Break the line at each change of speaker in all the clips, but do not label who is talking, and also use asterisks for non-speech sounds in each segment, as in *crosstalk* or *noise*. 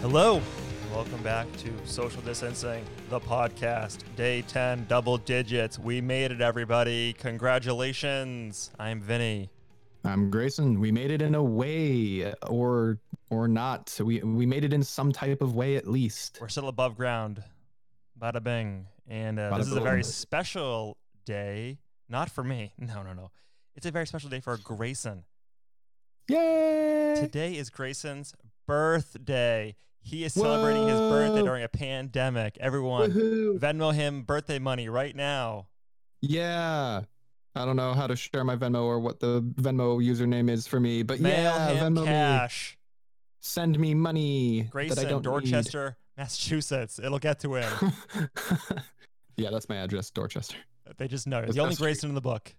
Hello. Welcome back to Social Distancing, the podcast, day 10, double digits. We made it, everybody. Congratulations. I'm Vinny.
I'm Um, Grayson. We made it in a way, uh, or or not. So we we made it in some type of way at least.
We're still above ground. Bada bing. And uh,
Bada
this is a very
boom.
special day. Not for me. *laughs* No, no, no. It's a very special day for Grayson.
Yay!
Today is Grayson's birthday. He is celebrating his birthday
Whoa.
during a pandemic. Everyone,
Woohoo!
Venmo him birthday money right now.
Yeah. I don't know how to share my Venmo or what the Venmo username is for me, but
Mail
yeah,
him
Venmo me.
cash.
Send me money that I
Grayson,
don't *laughs*
Dorchester, Massachusetts. It'll get to him.
need. yeah, that's my address, Dorchester.
they just know.
That's
The only
Mass Street.
Grayson in the book.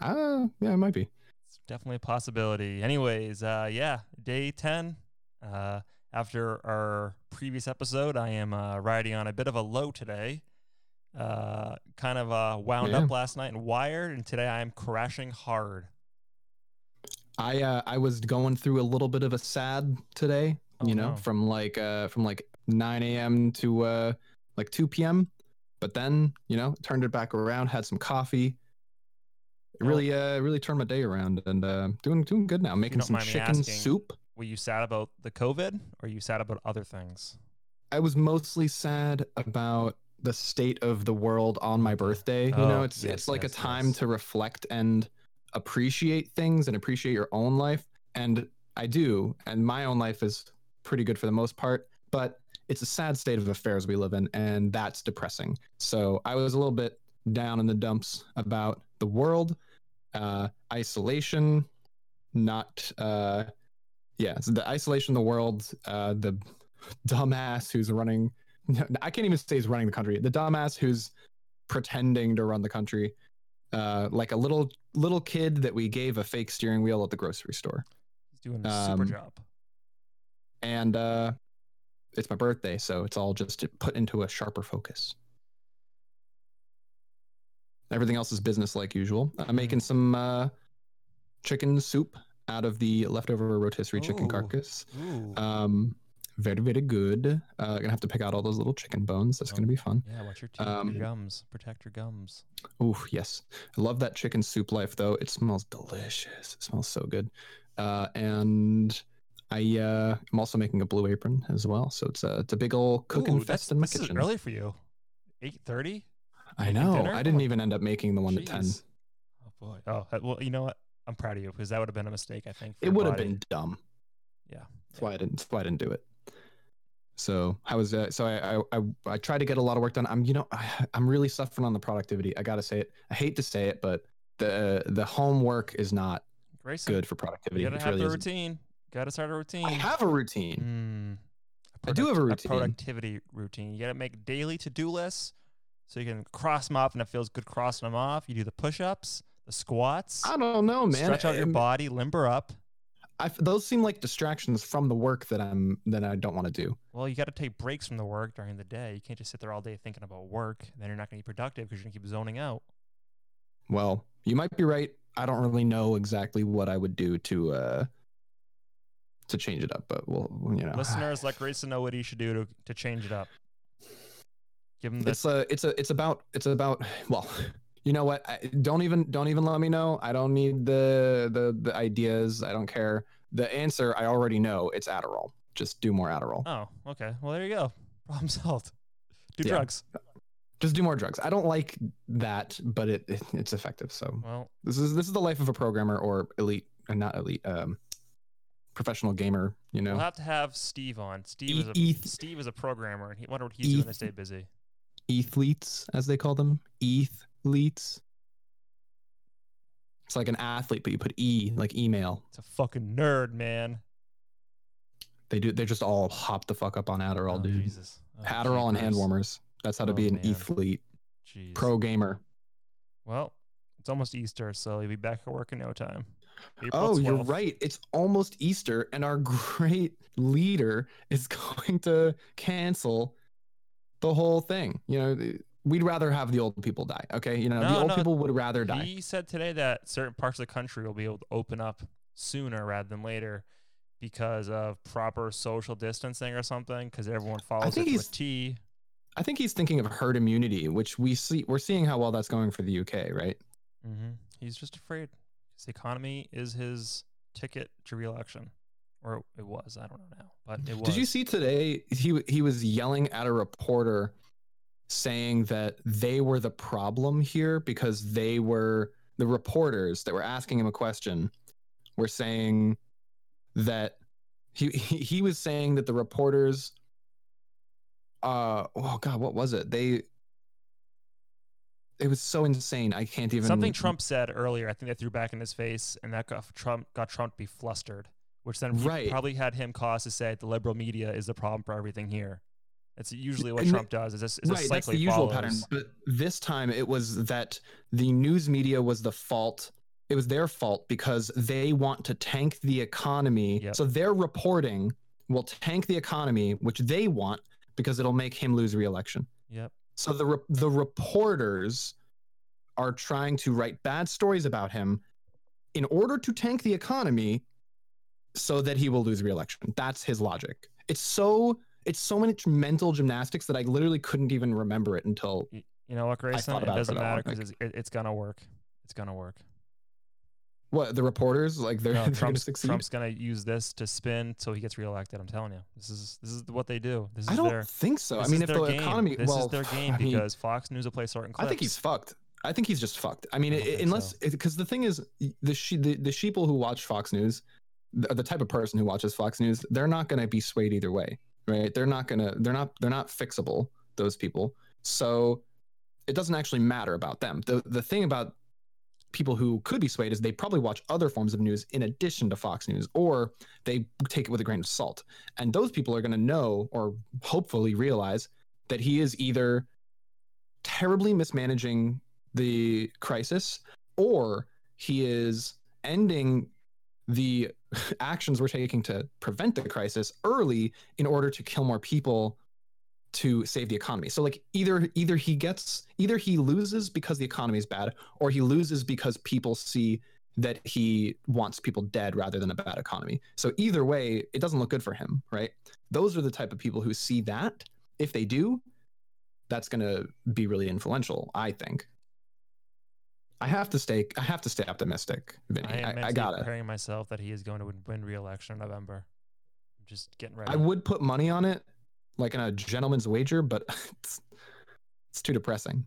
Ah, yeah, it might be.
It's definitely a possibility. Anyways, uh, yeah, day 10. Uh, after our previous episode, I am uh, riding on a bit of a low today. Uh, kind of uh, wound
Yeah.
up last night and wired, and today I am crashing hard.
I uh, I was going through a little bit of a sad today,
Oh,
you know,
no.
from like uh from like 9 a.m. to uh like 2 p.m. But then you know turned it back around, had some coffee. It
Oh.
really uh really turned my day around and uh doing doing good now. Making
don't
some
mind me
chicken
asking-
soup.
Were you sad about the COVID or you sad about other things?
I was mostly sad about the state of the world on my birthday. You
Oh,
know, it's
yes,
it's like
yes,
a time
yes.
to reflect and appreciate things and appreciate your own life. And I do, and my own life is pretty good for the most part, but it's a sad state of affairs we live in, and that's depressing. So I was a little bit down in the dumps about the world, uh, isolation, not uh, yeah, so the isolation of the world, uh, the dumbass who's running. *laughs* No, I can't even say he's running the country. The dumbass who's pretending to run the country, uh, like a little little kid that we gave a fake steering wheel at the grocery store.
He's doing a super
Um,
job.
And uh, it's my birthday, so it's all just put into a sharper focus. Everything else is business like usual. I'm making some uh, chicken soup out of the leftover rotisserie chicken
Ooh.
carcass.
Ooh.
Um, very, very good. Uh, gonna have to pick out all those little chicken bones. That's gonna be fun.
yeah, watch your teeth,
um,
your gums, protect your gums.
Oh yes, I love that chicken soup life though. It smells delicious. It smells so good. Uh, and I uh, I'm also making a blue apron as well. So it's a it's a big old cooking
Ooh,
fest
that's,
in my
this is
kitchen.
early for you. Eight thirty.
I know.
dinner?
I didn't even end up making the one to ten.
Jeez. Oh boy. Oh uh, well, you know what? I'm proud of you because that would have been a mistake. I think for
It
your
would have
body.
been dumb.
Yeah.
That's why I didn't. That's why I didn't do it. So I was. Uh, so I, I I I try to get a lot of work done. I'm you know I, I'm really suffering on the productivity. I gotta say it. I hate to say it, but the the homework is not
Grayson,
good for
You
productivity.
gotta
It
have
really
the
isn't.
routine. Gotta start a routine.
I have a routine.
Mm, a
I do have a
product-
routine.
productivity routine. You gotta make daily to do lists so you can cross them off, and it feels good crossing them off. You do the push-ups, the squats.
I don't know, man.
Mm. Stretch out your
Um,
body, limber up.
I, those seem like distractions from the work that I'm that I don't want to do.
Well, you got to take breaks from the work during the day. You can't just sit there all day thinking about work. Then you're not going to be productive because you're going to keep zoning
*sighs*
out.
Well, you might be right. I don't really know exactly what I would do to uh to change it up, but we'll you know.
Listeners, let Grayson know what he should do to, to change it up. Give him the
it's a it's a it's about it's about *sighs* well you know what I, don't even don't even let me know i don't need the the the ideas i don't care the answer i already know it's adderall just do more adderall
*laughs* Oh, okay. Well, there you go. *laughs* Problem solved. Do
Yeah.
drugs.
just do more drugs i don't like that but it, *laughs* it it's effective so
Well,
this is this is the life of a programmer or elite and not elite um professional gamer you know
we'll have to have Steve on. Steve is a
Eth-
Steve is a programmer, and he wonder what he's doing to
Eth-
stay busy.
athletes as they call them athletes it's like an athlete but you put e like email
It's a fucking nerd, man.
They do. They just all hop the fuck up on Adderall,
oh,
dude.
Jesus. Oh,
Adderall and hand
jeepers.
warmers. That's how to
Oh,
be an
man.
athlete,
Jeez.
pro gamer.
Well, it's almost Easter, so he'll be back at work in no time. April
Oh, you're
12th.
right. It's almost Easter, and our *laughs* great leader is *laughs* going to cancel the whole thing. You know, th- we'd rather have the old people die. Okay, you know,
No,
the old
no,
people would rather die.
He said today that certain parts of the country will be able to open up sooner rather than later because of proper social distancing or something because everyone follows
think
it to a
he's-
T.
I think he's thinking of herd immunity, which we see we're seeing how well that's going for the UK, right?
Mm-hmm. He's just afraid. His economy is his ticket to reelection, or it was. I don't know now, but it was.
Did you see today? He he was yelling at a reporter, saying that they were the problem here because they were the reporters that were asking him a question. Were saying that he he, he was saying that the reporters. Uh oh god, what was it? They. It was so insane. I can't even
Something Trump said earlier, I think they threw back in his face, and that got Trump got Trump to be flustered, which then
Right.
probably had him cause to say the liberal media is the problem for everything here. That's usually what
And-
Trump does. Is this is
right,
just
that's the
cyclically
usual
follows.
pattern. But this time it was that the news media was the fault. It was their fault because they want to tank the economy.
Yep.
So their reporting will tank the economy, which they want because it'll make him lose reelection.
Yep.
So the re- the reporters are trying to write bad stories about him in order to tank the economy so that he will lose reelection. That's his logic. It's so it's so much mental gymnastics that I literally couldn't even remember it until
Y- You know what, Grayson?
thought
It
about it for
doesn't
that
matter
long, like-
because it's, it, it's gonna work. It's gonna work.
what the reporters like *laughs* they're,
No,
they're going to
Trump's,
succeed.
Trump's gonna use this to spin so he gets reelected. I'm telling you, this is this is what they do. This is
I don't
their.
think so. I
this
mean,
is
if
their
the
game.
economy
this
well,
is their game
*laughs* I mean,
because Fox News will play certain clips.
I think he's fucked. I think he's just fucked. I mean,
I
it,
don't think
unless
so.
because the thing is, the, she, the the sheeple who watch Fox News, the, the type of person who watches Fox News, they're not going to be swayed either way, right? They're not gonna, they're not, they're not fixable. Those people, so it doesn't actually matter about them. the The thing about people who could be swayed is they probably watch other forms of news in addition to Fox News, or they take it with a grain of salt. And those people are going to know, or hopefully realize, that he is either terribly mismanaging the crisis or he is ending the *laughs* actions we're taking to prevent the crisis early in order to kill more people to save the economy. So like either either he gets either he loses because the economy is bad or he loses because people see that he wants people dead rather than a bad economy. So either way, it doesn't look good for him, right? Those are the type of people who see that. If they do, that's going to be really influential, I think. I have to stay I have to stay optimistic, Vinny.
I am
I, I,
mentally
got to
preparing myself that he is going to win- win re-election in November. I'm just getting ready.
I would put money on it, like in a gentleman's wager, but *laughs* it's, it's too depressing.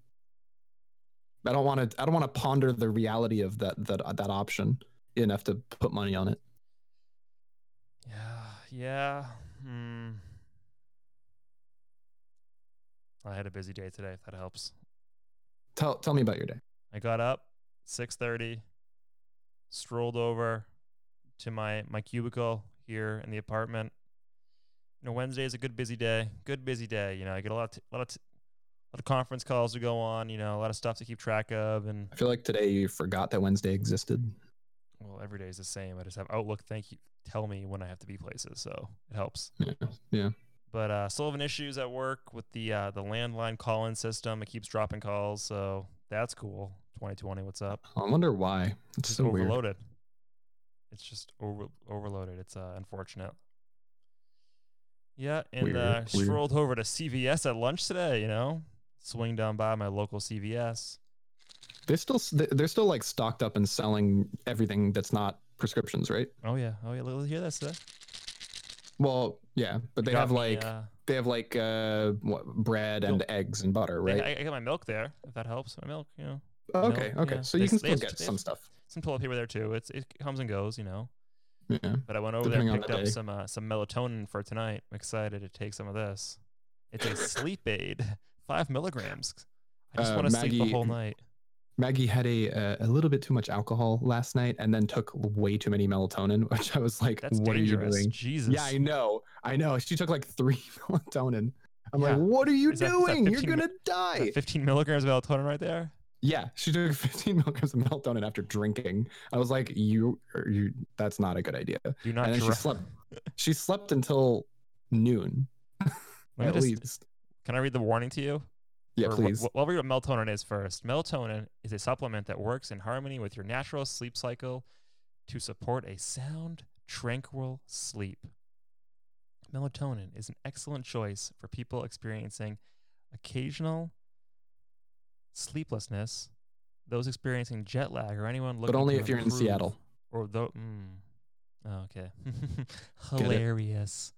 I don't want to. I don't want to ponder the reality of that that uh, that option enough to put money on it.
Yeah, yeah. Hmm. I had a busy day today. If that helps.
Tell tell me about your day.
I got up 6:30, strolled over to my my cubicle here in the apartment. You know, Wednesday is a good busy day. Good busy day. You know, I get a lot, lot of, t- lot of conference calls to go on. You know, a lot of stuff to keep track of, and
I feel like today you forgot that Wednesday existed.
well, every day is the same. I just have Outlook. Thank you. Tell me when I have to be places, so it helps.
Yeah, yeah.
But uh, still having issues at work with the uh, the landline call-in system. It keeps dropping calls, so that's cool. 2020, what's up?
I wonder why. It's
just
so weird.
overloaded. It's just over overloaded. It's uh, unfortunate. Yeah, and
Weird,
uh,
weird.
strolled over to CVS at lunch today. You know, swing down by my local CVS.
They're still they're still like stocked up and selling everything that's not prescriptions, right?
Oh yeah, oh yeah. Look, look, hear that stuff.
Well, yeah, but they have like
uh,
they have like uh what bread and eggs and butter,
I-
right?
I, I got my milk there. If that helps, my milk. You know,
Okay,
milk,
okay.
yeah.
So
They
you can
s- they
still
have-
get
they
some
have-
stuff.
some toilet paper there too. It's it comes and goes. You know.
Yeah.
But I went over there
Depending on
and
the
picked up
day.
some uh, some melatonin for tonight. I'm excited to take some of this. It's a sleep aid, *laughs* five milligrams. I just
Uh,
want to sleep the
Maggie-
whole night.
Maggie had a uh, a little bit too much alcohol last night and then took way too many melatonin, *laughs* which I was like,
That's
"What
dangerous.
are you doing?"
Jesus.
Yeah, I know. I know. She took like 3 *laughs* melatonin. I'm
Yeah.
like, "What are you
Is that- is that
doing? You're
15
going to
Is
die."
that 15 milligrams of melatonin right there.
Yeah, she took *laughs* 15 milligrams of melatonin after drinking. I was like, "You are you that's not a good idea."
Do not
and then she
dri-
slept. She slept until noon
Let me
at
just-
least.
Can I read the warning to you?
Yeah,
Or wh-
please.
wh- I'll read what melatonin is first. Melatonin is a supplement that works in harmony with your natural sleep cycle to support a sound, tranquil sleep. Melatonin is an excellent choice for people experiencing occasional sleeplessness, those experiencing jet lag, or anyone looking.
but only
to
if you're in
improve-
Seattle.
Or though, mm, oh, okay, *laughs*
it?
hilarious,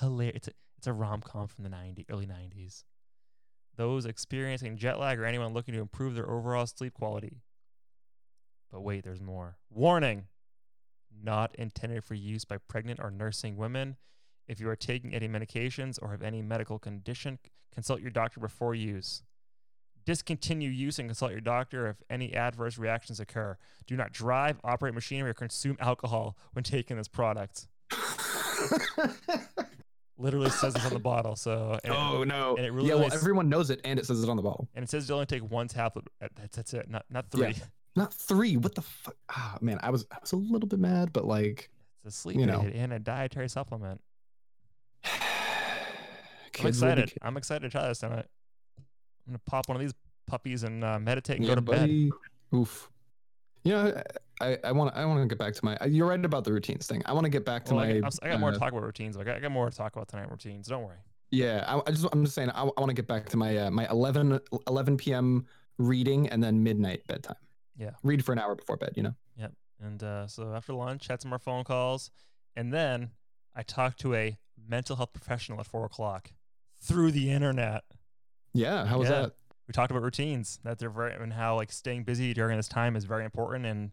hilarious. It's a, it's a rom com from the 90, early nineties. Those experiencing jet lag or anyone looking to improve their overall sleep quality. But wait, there's more. Warning: not intended for use by pregnant or nursing women. If you are taking any medications or have any medical condition, consult your doctor before use. Discontinue use and consult your doctor if any adverse reactions occur. Do not drive, operate machinery, or consume alcohol when taking this product. Literally says this on
*laughs*
the bottle. So, and,
*laughs* oh no!
and it really
yeah, well,
is-
everyone knows it, and it says it on the bottle.
and it says you only take one tablet. Uh, That's, that's it, not, not three.
Yeah. Not three. What the fuck? Ah, man, I was I was a little bit mad, but like,
*laughs*
*sighs*
It's a sleep
You know.
aid and a dietary supplement.
kids
I'm
will be
excited.
kids.
I'm excited to try this tonight. I'm going to pop one of these puppies and uh, meditate and
Yeah,
go to bed.
buddy. Oof. You know, I I want to I want to get back to my. You're right about the routines thing. I want to get back to
Well, I,
my.
got, I'm s- I got more
uh,
to talk about routines. I got, I got more to talk about tonight. Routines. Don't worry.
Yeah, I, I just I'm just saying I, want to get back to my uh, my 11 11 p.m. reading and then midnight bedtime.
Yeah.
read for an hour before bed. You know.
And uh, so after lunch, had some more phone calls, and then I talked to a mental health professional at four o'clock through the internet.
Yeah, how was
Yeah.
that?
We talked about routines that they're very and how like staying busy during this time is very important and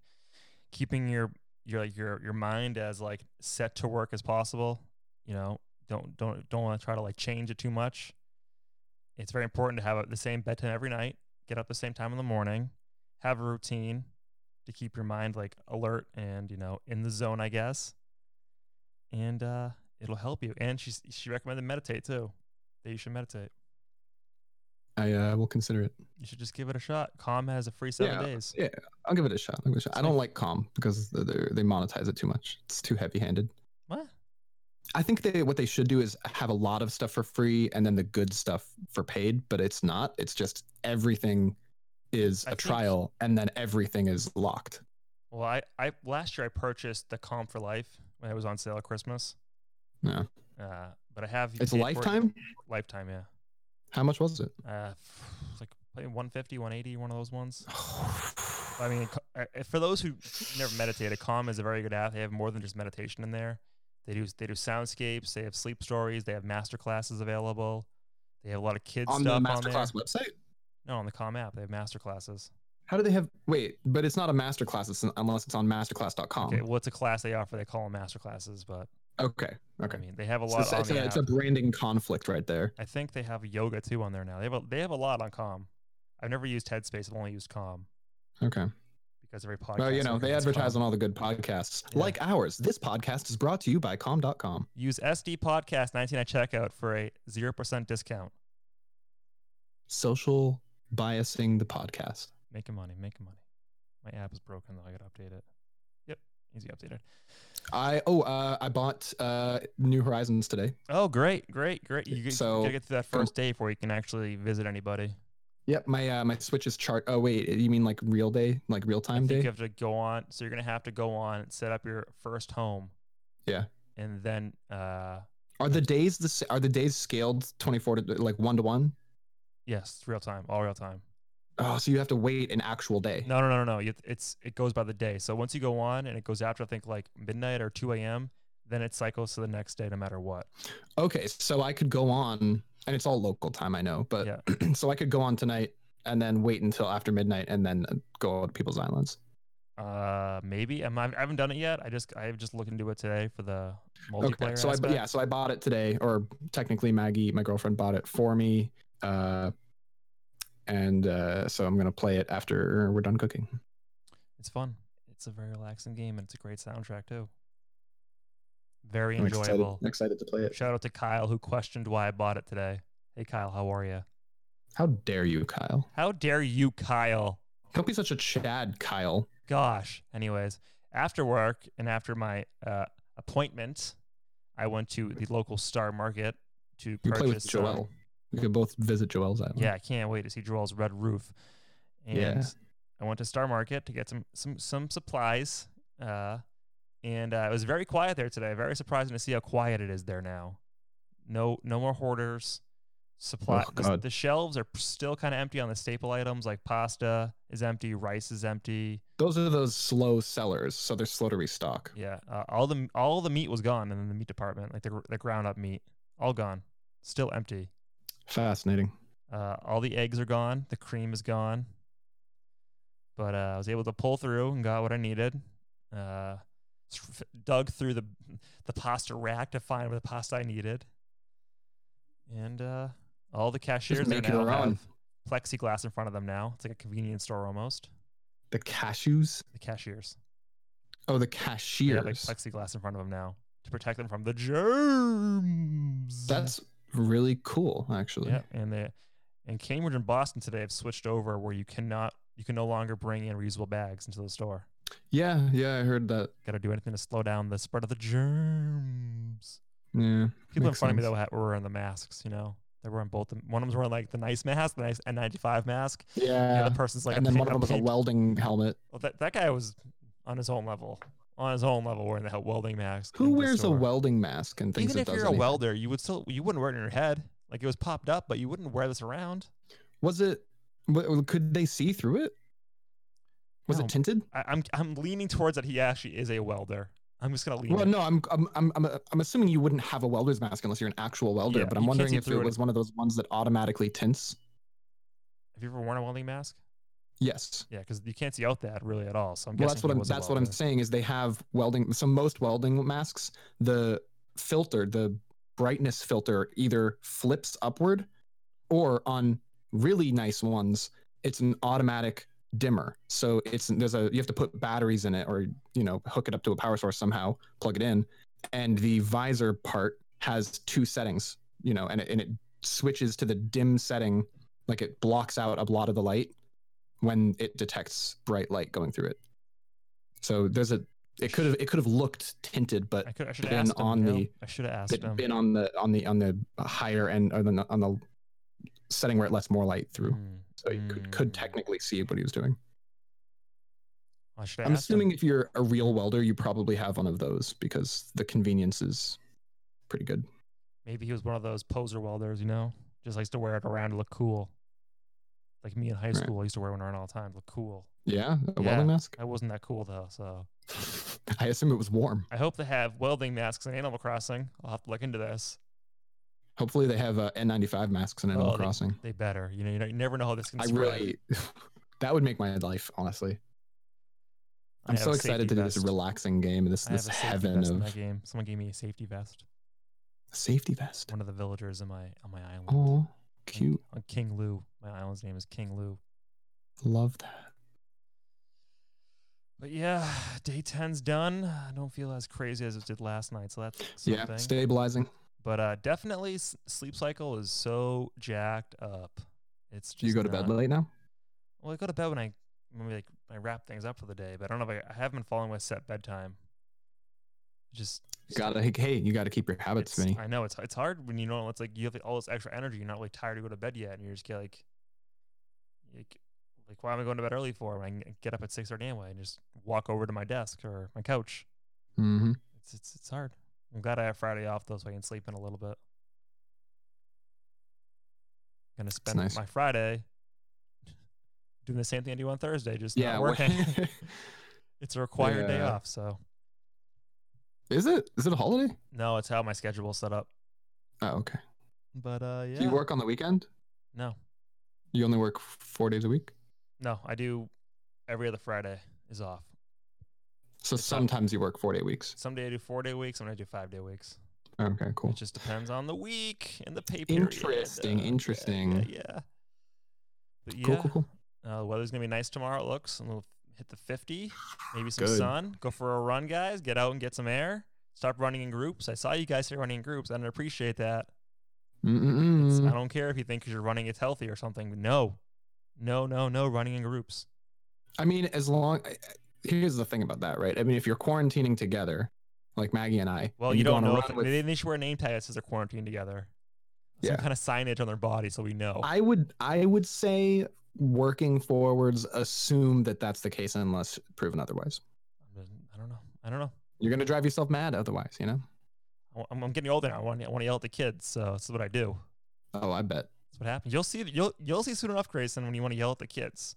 keeping your your like your your mind as like set to work as possible. You know, don't don't don't want to try to like change it too much. It's very important to have the same bedtime every night. Get up the same time in the morning. Have a routine to keep your mind like alert and you know in the zone, I guess. And uh, it'll help you. And she she recommended meditate too. That you should meditate.
I uh, will consider it.
You should just give it a shot. Calm has a free seven
Yeah.
days.
I'll give it a shot. I'll give it a shot. I don't like Calm because they they monetize it too much. It's too heavy-handed.
What?
I think they what they should do is have a lot of stuff for free and then the good stuff for paid, but it's not. It's just everything is
I
a
think-
trial and then everything is locked.
Well, I, I last year I purchased the Calm for Life when it was on sale at Christmas.
Yeah.
Uh, but I have you
It's
paid for it-
lifetime?
Lifetime, yeah.
How
*sighs*
much was it?
Uh, it's like probably 150, 180, one of those ones. I mean, co- uh, uh, for those who never meditated, Calm is a very good app. They have more than just meditation in there. They do they do soundscapes. They have sleep stories. They have master classes available. They have a lot of kids
on the
stuff on there.
masterclass website?
No, on the Calm app, they have master classes.
How do they have? Wait, but it's not a masterclass it's, unless it's on masterclass.com.
Okay,
Okay.
well, it's a class they offer. They call them master classes, but
Okay.
I mean, they have a
So
lot.
it's,
on
it's
the
a, it's
app.
a branding conflict right there.
I think they have yoga too on there now. They have a, they have a lot on Calm. I've never used Headspace. I've only used Calm
Okay.
because every podcast.
Well, you know, they advertise on all the good podcasts
Yeah.
like ours. This podcast is brought to you by com.com.
Use SD Podcast 19 at checkout for a zero percent discount.
Social biasing the podcast.
Making money, making money. My app is broken though. I gotta update it. Yep, easy updated.
I oh uh, I bought uh, New Horizons today.
Oh, great, great, great. You, get-
So- oh
gotta get through that
go-
first day before you can actually visit anybody.
Yep, my uh, my Switch is chart. Oh wait, you mean like real day, like real
I
time
think
day?
you have to go on. So you're gonna have to go on, set up your first home.
Yeah.
And then uh
are the days the s- are the days scaled twenty four to like one to one?
yes, real time, all real time.
Oh, so you have to wait an actual day.
No, no, no, no, no. You- It's it goes by the day. So once you go on and it goes after I think like midnight or two a.m., then it cycles to the next day no matter what.
Okay, so I could go on, and it's all local time, I know, but *clears throat* so I could go on tonight and then wait until after midnight and then uh, go to people's islands.
Uh, maybe I'm, I haven't done it yet. I just I just looked into it today for the multiplayer.
Okay, so I
aspect.
yeah, so I bought it today, or technically Maggie, my girlfriend, bought it for me, uh, and uh, so I'm gonna play it after we're done cooking.
it's fun. It's a very relaxing game and it's a great soundtrack too. Very
I'm excited,
enjoyable.
excited to play it.
Shout out to Kyle who questioned why I bought it today. Hey Kyle, how are you?
How dare you, Kyle?
How dare you, Kyle?
Don't be such a Chad, Kyle.
gosh. Anyways, after work and after my uh, appointment, I went to the local Star Market to
You
purchase.
play with
some-
Joel. We could both visit Joel's island.
yeah, I can't wait to see Joel's red roof. And
Yeah.
I went to Star Market to get some some some supplies. Uh, and uh, it was very quiet there today. Very surprising to see how quiet it is there now. No, no more hoarders. Supply
Oh,
the,
God.
the shelves are still kind of empty on the staple items like pasta is empty, rice is empty.
Those are those slow sellers, so they're slow to restock.
Yeah, uh, all the all the meat was gone in the meat department, like the gr- the ground up meat, all gone, still empty.
Fascinating.
Uh, all the eggs are gone. The cream is gone. But uh, I was able to pull through and got what I needed. Uh, s- f- dug through the the pasta rack to find the pasta I needed. And uh, all the cashiers there
make your
now
own.
have plexiglass in front of them now. It's like a convenience store almost.
The cashews.
The cashiers.
Oh, the
They
cashiers.
have like plexiglass in front of them now to protect them from the germs.
That's really cool, actually.
Yeah, and they and Cambridge and Boston today have switched over where you cannot you can no longer bring in reusable bags into the store.
yeah, yeah, I heard that.
Got to do anything to slow down the spread of the germs.
Yeah,
People
Makes
in front of me
sense.
though had, were wearing the masks, you know. They were wearing both. The, one of them's wearing like the nice mask, the nice N95 mask.
yeah.
The other person's like
and
a,
then
pa-
one of them was a
paper-
welding helmet.
well, that, that guy was on his own level, on his own level wearing the hel- welding mask.
Who
in the
wears a
store.
welding mask and thinks
Even
it
if
does
you're a
anything?
welder, you would still you wouldn't wear it in your head. Like it was popped up, but you wouldn't wear this around.
Was it? What, could they see through it? Was
No.
it tinted?
I, I'm I'm leaning towards that he actually is a welder. I'm just gonna lean.
Well,
it.
no, I'm I'm I'm I'm I'm assuming you wouldn't have a welder's mask unless you're an actual welder.
Yeah,
but
you
I'm
can't
wondering
see
if it
through it.
was one of those ones that automatically tints.
Have you ever worn a welding mask?
Yes.
Yeah, because you can't see out that really at all. So I'm
Well,
guessing
that's what
he
I'm
was a
that's what I'm
welder.
saying is they have welding. So most welding masks, the filter, the brightness filter, either flips upward, or on really nice ones, it's an automatic dimmer. So it's there's a you have to put batteries in it or you know hook it up to a power source somehow, plug it in, and the visor part has two settings, you know, and it, and it switches to the dim setting, like it blocks out a lot of the light when it detects bright light going through it. So there's a it could have it could have looked tinted, but
I could I should have
been
asked him.
on
you know?
the-
I should have asked
it's
him.
been on the on the on the higher end or the, on the setting where it lets more light through.
Hmm.
So you could, could
Mm.
technically see what he was doing.
I should have
I'm
asked him.
assuming if you're a real welder, you probably have one of those because the convenience is pretty good.
Maybe he was one of those poser welders, you know, just likes to wear it around to look cool. Like me in high
Right.
school, I used to wear one around all the time to look cool.
Yeah, a
Yeah.
welding mask. *laughs*
I wasn't that cool though, so
I assume it was warm.
I hope they have welding masks in Animal Crossing. I'll have to look into this.
Hopefully, they have uh, N95 masks in Animal
Oh, they-
Crossing.
They better, you know, you, know, you never know how this can.
I
spread.
really, *laughs* that would make my life honestly.
I
I'm
have
so
a
excited
safety
to do this
vest.
relaxing game, this
I have
this
a safety
heaven
vest in
of
that game. Someone gave me a safety vest.
safety vest.
One of the villagers on my on my island.
Oh,
King-
cute.
On King Lou. My island's name is King Lou.
Love that.
But yeah, day 10's done. I don't feel as crazy as it did last night, so that's something.
Yeah, stabilizing.
but uh, definitely, s- sleep cycle is so jacked up. It's just
Do you go to bed
not-
late now?
Well, I go to bed when I when we, like I wrap things up for the day, but I don't know if I, I haven't been following my set bedtime. Just
Gotta hey, you gotta keep your habits,
It's-
Vinny.
I know it's it's hard when you know it's like you have all this extra energy. You're not really tired to go to bed yet, and you're just get like, like, like why am I going to bed early for? When I can get up at six thirty anyway and just walk over to my desk or my couch.
Mm-hmm.
It's it's it's hard. I'm glad I have Friday off though, so I can sleep in a little bit. Gonna spend
nice.
my Friday *laughs* doing the same thing I do on Thursday, just
Yeah.
not
wha- *laughs*
working. it's a required day
Yeah.
off, so
is it? Is it a holiday?
no, it's how my schedule's set up.
Oh, okay.
But uh, yeah,
Do you work on the weekend?
no.
You only work four days a week.
No, I do every other Friday is off.
So
It's not-
sometimes you work four day weeks.
Someday I do four day weeks, someday I do five day weeks.
Okay, cool.
It just depends on the week and the pay period.
Interesting,
yeah,
interesting.
Yeah, yeah. But yeah,
Cool, cool, cool.
Uh, the weather's gonna be nice tomorrow. It looks, and we'll hit the fifty, maybe some
Good.
sun. Go for a run, guys. Get out and get some air. Stop running in groups. I saw you guys here running in groups. I didn't appreciate that. It's- I
Mm-mm-mm.
don't care if you think 'cause you're running it's healthy or something. No, no, no, no. Running in groups.
I mean, as long. I- I- Here's the thing about that, right? I mean, if you're quarantining together, like Maggie and I,
Well,
and
you
go
don't
on a
know. If
run
it,
with-
they, they should wear a name tag that says they're quarantined together. Some
Yeah.
kind of signage on their body so we know.
I would I would say working forwards assume that that's the case unless proven otherwise.
I don't know. I don't know.
You're gonna drive yourself mad otherwise, you know.
I'm, I'm getting older now. I want, I want to yell at the kids, so this is what I do.
Oh, I bet.
That's what happens. You'll see. You'll you'll see soon enough, Grayson, when you want to yell at the kids.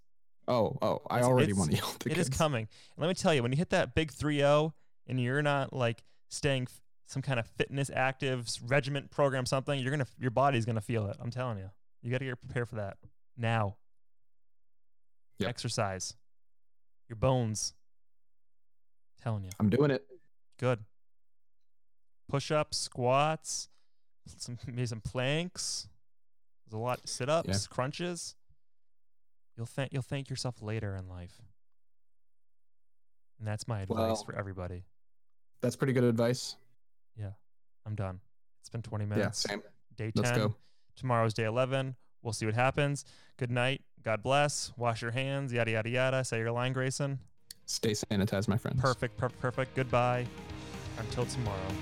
Oh, oh, I
It's-
already
it's-
want to yell at *laughs* the
It is
kids.
coming. And let me tell you, when you hit that big 3-0 and you're not like staying f- some kind of fitness active s- regiment program something, you're gonna your body's gonna feel it. I'm telling you, you got to get prepared for that now.
Yep.
Exercise your bones. telling you,
I'm doing it.
good. Push ups, squats, some *laughs* maybe some planks. There's a lot sit ups, crunches. You'll thank you'll thank yourself later in life. And that's my advice
Well-
for everybody.
That's pretty good advice.
I'm done. It's been 20
Yeah,
minutes.
same.
Day 10.
Let's go.
Tomorrow's day 11. We'll see what happens. Good night. God bless. Wash your hands. Yada yada yada. Say your line, Grayson.
Stay sanitized, my friends.
Perfect. Perfect. Perfect. Goodbye. Until tomorrow.